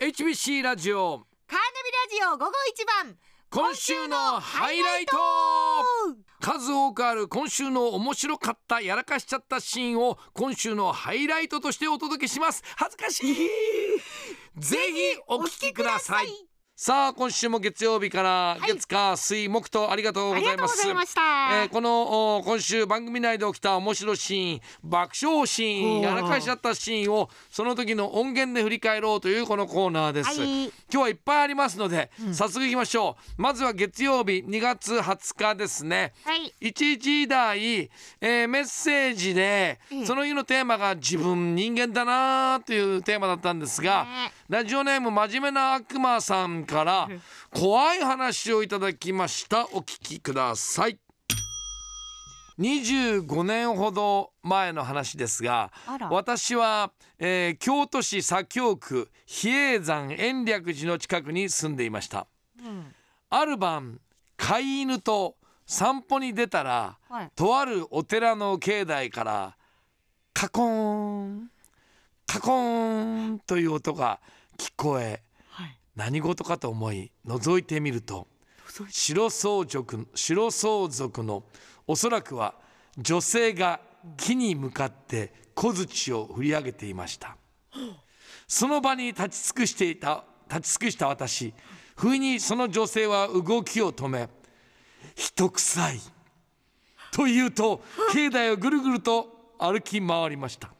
HBC ラジオカーナビラジオ午後一番今週のハイライト数多くある今週の面白かったやらかしちゃったシーンを今週のハイライトとしてお届けします恥ずかしいぜひお聞きくださいさあ今週も月曜日から、い月火水木とありがとうごありざいがとうまごすざいましえた、ーこのお今週番組内で起きた面白いシーン爆笑シーンおーやらかしちゃったシーンをその時の音源で振り返ろうというこのコーナーです、はい今日はいっぱいありますので、早速いきましょうまずは月曜日2月20日ですねはい1時台、えーメッセージで、ええその日のテーマが自分人間だなーというテーマだったんですが、ねラジオネーム真面目な悪魔さんから怖い話をいただきましたお聞きください25年ほど前の話ですがあら私は、えー京都市左京区比叡山延暦寺の近くに住んでいましたうんある晩飼い犬と散歩に出たらはいとあるお寺の境内からカコーンカコーンという音が聞こえはい何事かと思い覗いてみると白装束白装束のおそらくは女性が木に向かって小槌を振り上げていましたその場に立ち尽くしていた立ち尽くした私不意にその女性は動きを止め人臭いと言うと境内をぐるぐると歩き回りました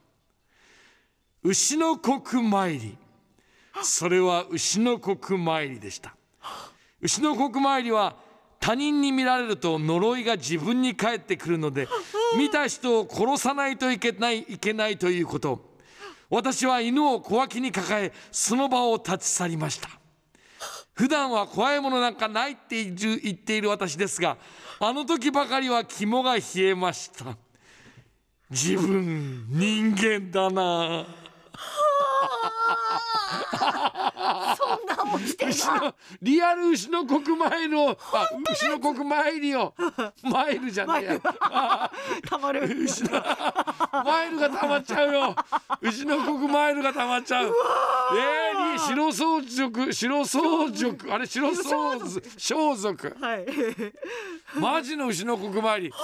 牛の国参りそれは牛の国参りでした牛の国参りは他人に見られると呪いが自分に返ってくるので見た人を殺さないといけないいけないということ私は犬を小脇に抱えその場を立ち去りました普段は怖いものなんかないって言う言っている私ですがあの時ばかりは肝が冷えました自分人間だなあそんなもんしてる牛のリアル牛の国前のあ牛の国参りをマイルじゃねえやたまる牛のマイルが溜まっちゃうよ牛の国マイルが溜まっちゃうえー、に白装束白装束あれ白装束装束 はいマジの牛の国参り本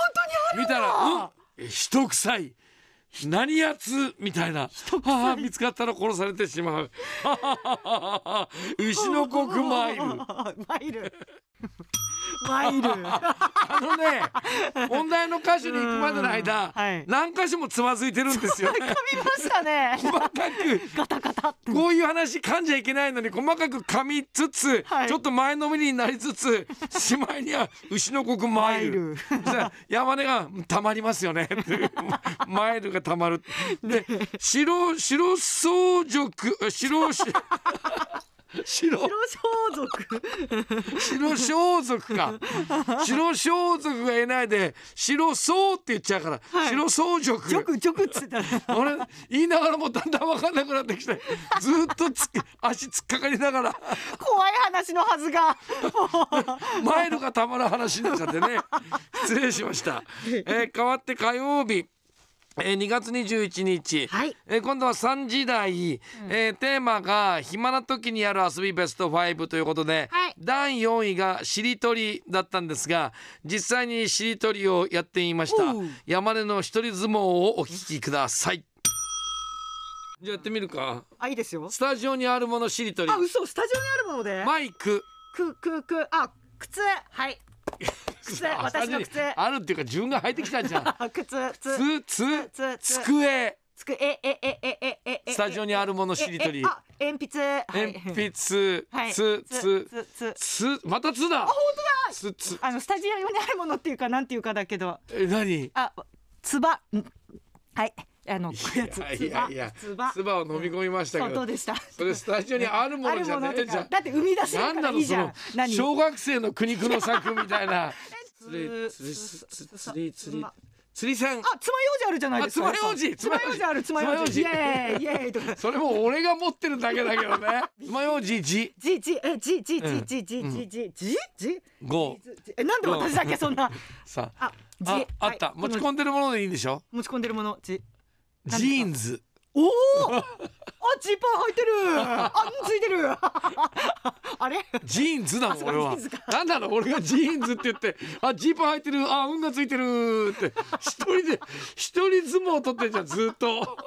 当にある見たらうんえ人臭い何やつみたいなはあ見つかったら殺されてしまうはははは牛の国参り マイルマイルあの ね、問題の歌手に行くまでの間、はい何箇所もつまずいてるんですよ。見ましたね 細かく。こういう話噛んじゃいけないのに細かく噛みつつ、はいちょっと前のめりになりつ つしまいには牛の国マイルそしたら山根が「たまりますよね」 っていうマイルがたまるで白白装束白 し白白装白装束か白装束がいないで白装って言っちゃうから、はい白装束束直直っつったら俺言いながらもうだんだん分かんなくなってきてずっとつけ足突っかかりながら怖い話のはずがマイルがたまる話になっちゃってね失礼しました、えー変わって火曜日えー2月21日、はいえー今度は3時台、えーテーマが「暇な時にやる遊びベスト5」ということで、はい第4位がしりとりだったんですが実際にしりとりをやっていましたおう山根の一人相撲をお聞きくださいじゃあやってみるかあいいですよスタジオにあるものしりとりあ嘘スタジオにあるものでマイクくくくあ靴はい靴あ私の靴あるっていうか自分が履いてきたじゃん あ靴靴つつつつ机つくえええええええスタジオにあるものしりとりええあ鉛筆はい鉛筆つはいつつつつつまたつだあ本当だつつあのスタジオにあるものっていうかなんていうかだけどえ何あつばんはいあのこういうやついやいやつばつばを飲み込みましたけそうどどうでしたそれスタジオにあるもあのるじゃねものえじとゃかんだって生み出せなるんかだらろいういじそゃのん何小学生の苦肉の作みたいなつ釣り釣り釣り釣り釣りあ釣り線つまようじあるじゃないですかあ爪楊枝つまようじあるつまようじイ爪楊エーイイエーイとかそれも俺が持ってるだけだけどね爪楊枝じじじえじじうじんじじじじじじ五えなんで私だけそんなさあじああったはい持ち込んでるものでいいんでしょ持ち込んでるものじジーンズおお。あ、ジーパン履いてる。あ、ついてる。あれ。ジーンズなあのそうか俺はジーンズかなんなの俺がジーンズって言ってあジーパン履いてるあ運がついてるって一人で一人相撲取ってんじゃんずっと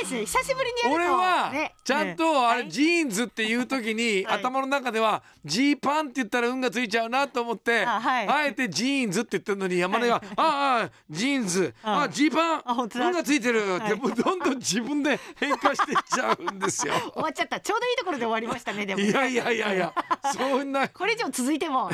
いいですね。久しぶりにやる俺と。はねちゃんねとあはれいジーンズっていう時にはい頭の中ではジーパンって言ったら運がついちゃうなと思ってあはいあえてジーンズって言ってるのに山根が「ああジーンズああジーパンあ本当だ運がついてる」っはていもうどんどん自分で変化していっちゃうんです よ。終わっちゃった。ちょうどいいところで終わりましたね。でもい。やいやいやいやそんなこれ以上続いて も。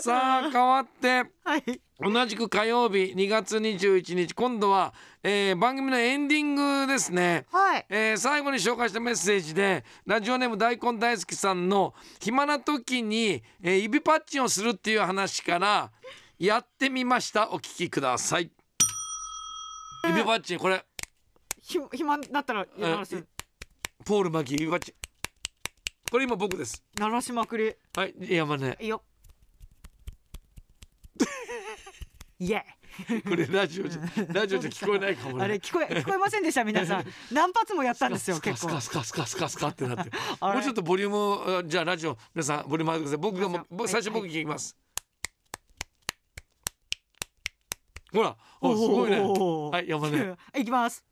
さあ変わって。はい。同じく火曜日2月21日今度は、えー番組のエンディングですね、はい。えー最後に紹介したメッセージでラジオネーム大根大好きさんの暇な時に、えー指パッチンをするっていう話からやってみましたお聞きください指パッチンこれひ暇になったら鳴らすえポール巻き指パッチンこれ今僕です鳴らしまくり。はい山根い いよ。イエこれラジオじゃラジオじゃ聞こえないかもイねあれ聞こえ聞こえませんでした 皆さん。何発もやったんですよスカ結ス構カ。スカスカスカスカってなってるあれもうちょっとボリュームあじゃあラジオ皆さんボリューム上げてください僕がもう行きま僕しょ最う初はい僕聞きます、ほらおおすごいねおはい山根 いきます。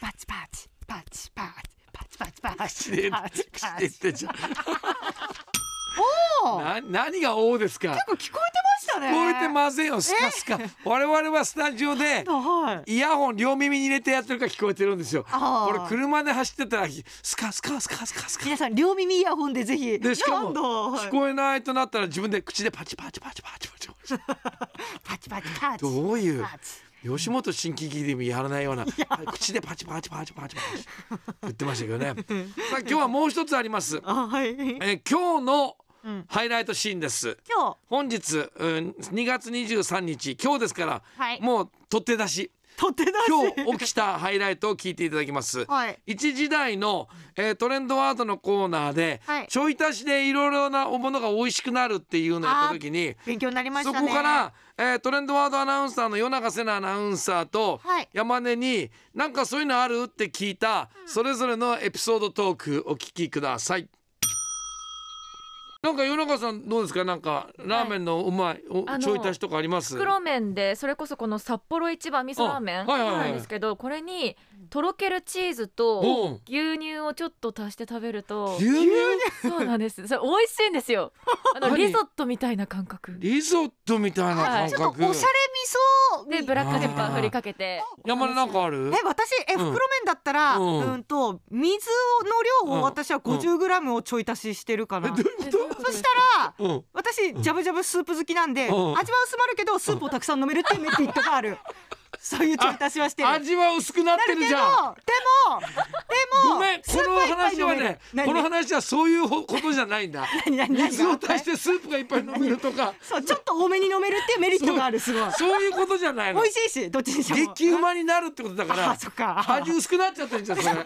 パチパチパチパチパチパチパチパ口チでパチ口パで言っチ。てんじゃんおお。な何が「王ですか結構聞こえてましたね。聞こえてませんよスカスカ我々はスタジオではい。イヤホン両耳に入れてやってるから聞こえてるんですよあこーれ車で走ってたらスカスカスカスカスカ皆さん両耳イヤホンでぜひ。でしかも何度はい聞こえないとなったら自分で口でパチパチパチパチパチパチパチパチパチ。どういうパチ吉本新喜劇でもやらないような口でパチパチパチパチパチ言ってましたけどねさあ今日はもう一つあります、あはい。今えー今日のうんハイライトシーンです日本日、うん、2月23日今日ですから、はいもう取って出し取って出し。今日起きたハイライトを聞いていただきますはい。一時代の、えートレンドワードのコーナーで、はいちょい足しでいろいろなものが美味しくなるっていうのをやった時に勉強になりましそたね。こから、えートレンドワードアナウンサーの夜長瀬那アナウンサーとはい山根に「なんかそういうのある?」って聞いたそれぞれのエピソードトークお聞きください。なんか夜中さんどうですかなんかラーメンのうまい、おあのちょい足しとかあります袋麺でそれこそこの札幌一番味噌ラーメあンはいはいはいなんですけどこれにとろけるチーズうとん牛乳をちょっと足して食べると牛乳そうなんですそれ美味しいんですよあの何リゾットみたいな感覚リゾットみたいなは感いちょっ覚、とおしゃれ味噌でみブラックペッパー振りかけて山根なんかあるえ私えうん袋麺だったら、ううんん、と水の量うんを私は 50g をちょい足ししてるかえな、どういうこそしたらと、うん、私ジャブジャブスープ好きなんで、うん味は薄まるけどスープをたくさん飲めるっていうメリットがあ る、そういうちょい足しはしてる味は薄くなっなてるけるじどでゃんもでもごめんこスープの一杯話飲はめるね何この話はそういうほことじゃないんだ何 何何水をが足してスープがいっぱい飲めるとかそうちょっと多めに飲めるっていうメリットがあるすごいそういうことじゃない美の味しいしどっちにしても激うまになるってことだかあらそっか味薄くなっちゃってるじゃんそれ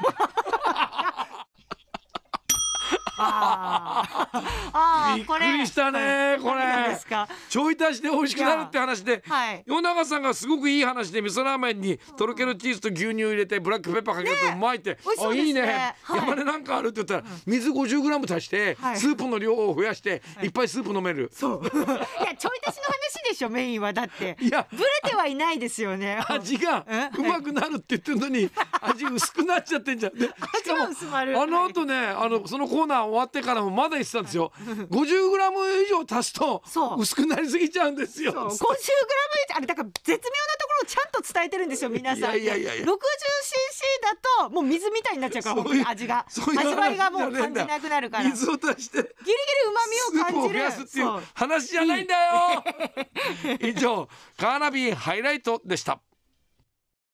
あーあーびっくりしたねこれ何ですかちょい足しで美味しくなるって話ではい与永さんがすごくいい話で味噌ラーメンにとろけるチーズと牛乳入れてブラックペッパーかけるとうまいって、美味しそあうですねいいね、はい山根なんかあるって言ったら水 50g 足してはいスープの量を増やしていっぱいスープ飲める、そういやちょい足しの話でしょメインはだっ ていやぶれてはいないです よね味が えうまくなるって言ってるのに味薄くなっちゃって んじゃん。でし味は薄まるあの後ね、あのそのコーナー終わってからもまだ言ってたん ですよ。50グラム以上足すとそう薄くなりすぎちゃうんですよ。そう 50g あれだから絶妙なところをちゃんと伝えてるんですよ皆さいんやいやいやいや 60cc だともう水みたいになっちゃうからそういう本当に味がそういう話味わいがもうじゃねえん感だじなくなるからギリギ水を足してリスうまーみプをを感増じやるすっていそうう話じゃないんだよ。以上カーナビハイライトでした。